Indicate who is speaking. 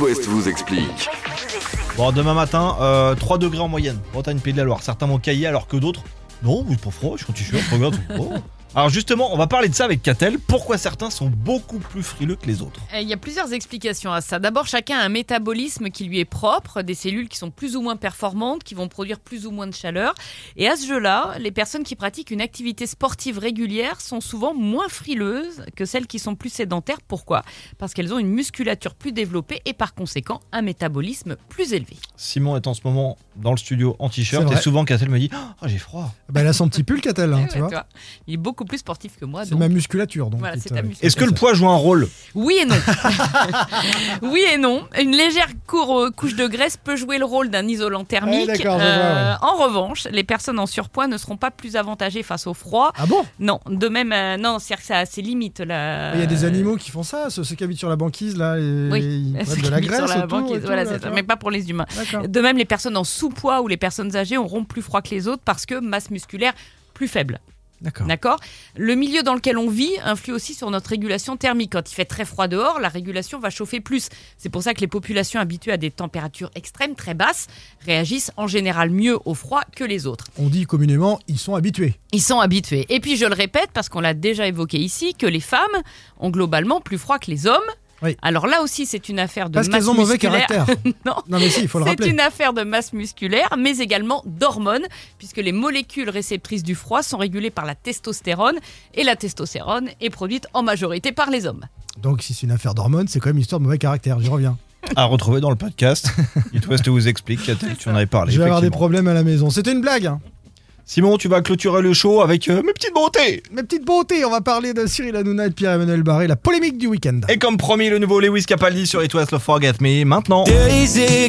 Speaker 1: West vous explique.
Speaker 2: Bon, demain matin, euh, 3 degrés en moyenne, Bretagne, Pays de la Loire. Certains vont cailler alors que d'autres, non, mais pas froid, je suis sûr, regarde. oh. Alors justement, on va parler de ça avec Catel. Pourquoi certains sont beaucoup plus frileux que les autres
Speaker 3: Eh, Il y a plusieurs explications à ça. D'abord, chacun a un métabolisme qui lui est propre, des cellules qui sont plus ou moins performantes, qui vont produire plus ou moins de chaleur. Et à ce jeu-là, les personnes qui pratiquent une activité sportive régulière sont souvent moins frileuses que celles qui sont plus sédentaires. Pourquoi Parce qu'elles ont une musculature plus développée et par conséquent un métabolisme plus élevé.
Speaker 2: Simon est en ce moment dans le studio en
Speaker 4: C'est
Speaker 2: t-shirt et
Speaker 4: vrai.
Speaker 2: souvent Catel me dit « Oh, j'ai froid
Speaker 4: Bah, elle a son petit pull, Catel, hein,
Speaker 3: Eh
Speaker 4: tu
Speaker 3: ouais,
Speaker 4: vois.
Speaker 3: tu vois. Il est beaucoup plus sportif que moi.
Speaker 4: C'est
Speaker 3: donc-
Speaker 4: ma musculature, donc.
Speaker 3: Voilà,
Speaker 4: qui euh,
Speaker 3: c'est
Speaker 4: te-
Speaker 3: ta musculature. ».
Speaker 2: Est-ce que le poids joue un rôle
Speaker 3: Oui et non. oui et non. Une légère cour- euh, couche de graisse peut jouer le rôle d'un isolant thermique. Euh,
Speaker 4: Ouais, d'accord, je vois,
Speaker 3: En revanche, les personnes en surpoids ne seront pas plus avantagées face au froid.
Speaker 4: Ah bon
Speaker 3: Non, de même, euh, non, c'est-à-dire que ça a ses limites. Là.
Speaker 4: Il y a des animaux qui font ça, ceux, ceux qui habitent sur la banquise, là, et
Speaker 3: Euh, Oui,
Speaker 4: ils
Speaker 3: Ceux
Speaker 4: prennent
Speaker 3: qui
Speaker 4: de la
Speaker 3: habitent sur
Speaker 4: graisse
Speaker 3: la
Speaker 4: autour et
Speaker 3: banquise,
Speaker 4: tout,
Speaker 3: voilà,
Speaker 4: là,
Speaker 3: c'est
Speaker 4: tu
Speaker 3: ça,
Speaker 4: vois.
Speaker 3: mais pas pour les humains.
Speaker 4: D'accord.
Speaker 3: De même, les personnes en sous-poids ou les personnes âgées auront plus froid que les autres parce que masse musculaire plus faible.
Speaker 4: D'accord.
Speaker 3: D'accord Le milieu dans lequel on vit influe aussi sur notre régulation thermique. Quand il fait très froid dehors, la régulation va chauffer plus. C'est pour ça que les populations habituées à des températures extrêmes, très basses, réagissent en général mieux au froid que les autres.
Speaker 4: On dit communément, ils sont habitués.
Speaker 3: Ils sont habitués. Et puis je le répète, parce qu'on l'a déjà évoqué ici, que les femmes ont globalement plus froid que les hommes.
Speaker 4: Oui.
Speaker 3: Alors là aussi, c'est une affaire de
Speaker 4: Parce
Speaker 3: masse
Speaker 4: qu'elles ont mauvais
Speaker 3: musculaire.
Speaker 4: caractère.
Speaker 3: Non.
Speaker 4: Non, mais si, il faut le
Speaker 3: C'est
Speaker 4: rappeler.
Speaker 3: une affaire de masse musculaire, mais également d'hormones, puisque les molécules réceptrices du froid sont régulées par la testostérone, et la testostérone est produite en majorité par les hommes.
Speaker 4: Donc, si c'est une affaire d'hormones, c'est quand même une histoire de mauvais caractère. J'y reviens. ».
Speaker 2: À retrouver dans le podcast. It West vous explique, Catel, tu en avais parlé.
Speaker 4: Je vais avoir des
Speaker 2: effectivement.
Speaker 4: problèmes à la maison. C'était une blague. hein.
Speaker 2: Simon, tu vas clôturer le show avec euh, mes petites bontés.
Speaker 4: Mes petites beautés, on va parler de Cyril Hanouna et de Pierre-Emmanuel Barré, la polémique du week-end.
Speaker 2: Et comme promis, le nouveau Lewis Capaldi sur It West Love Forget Me maintenant.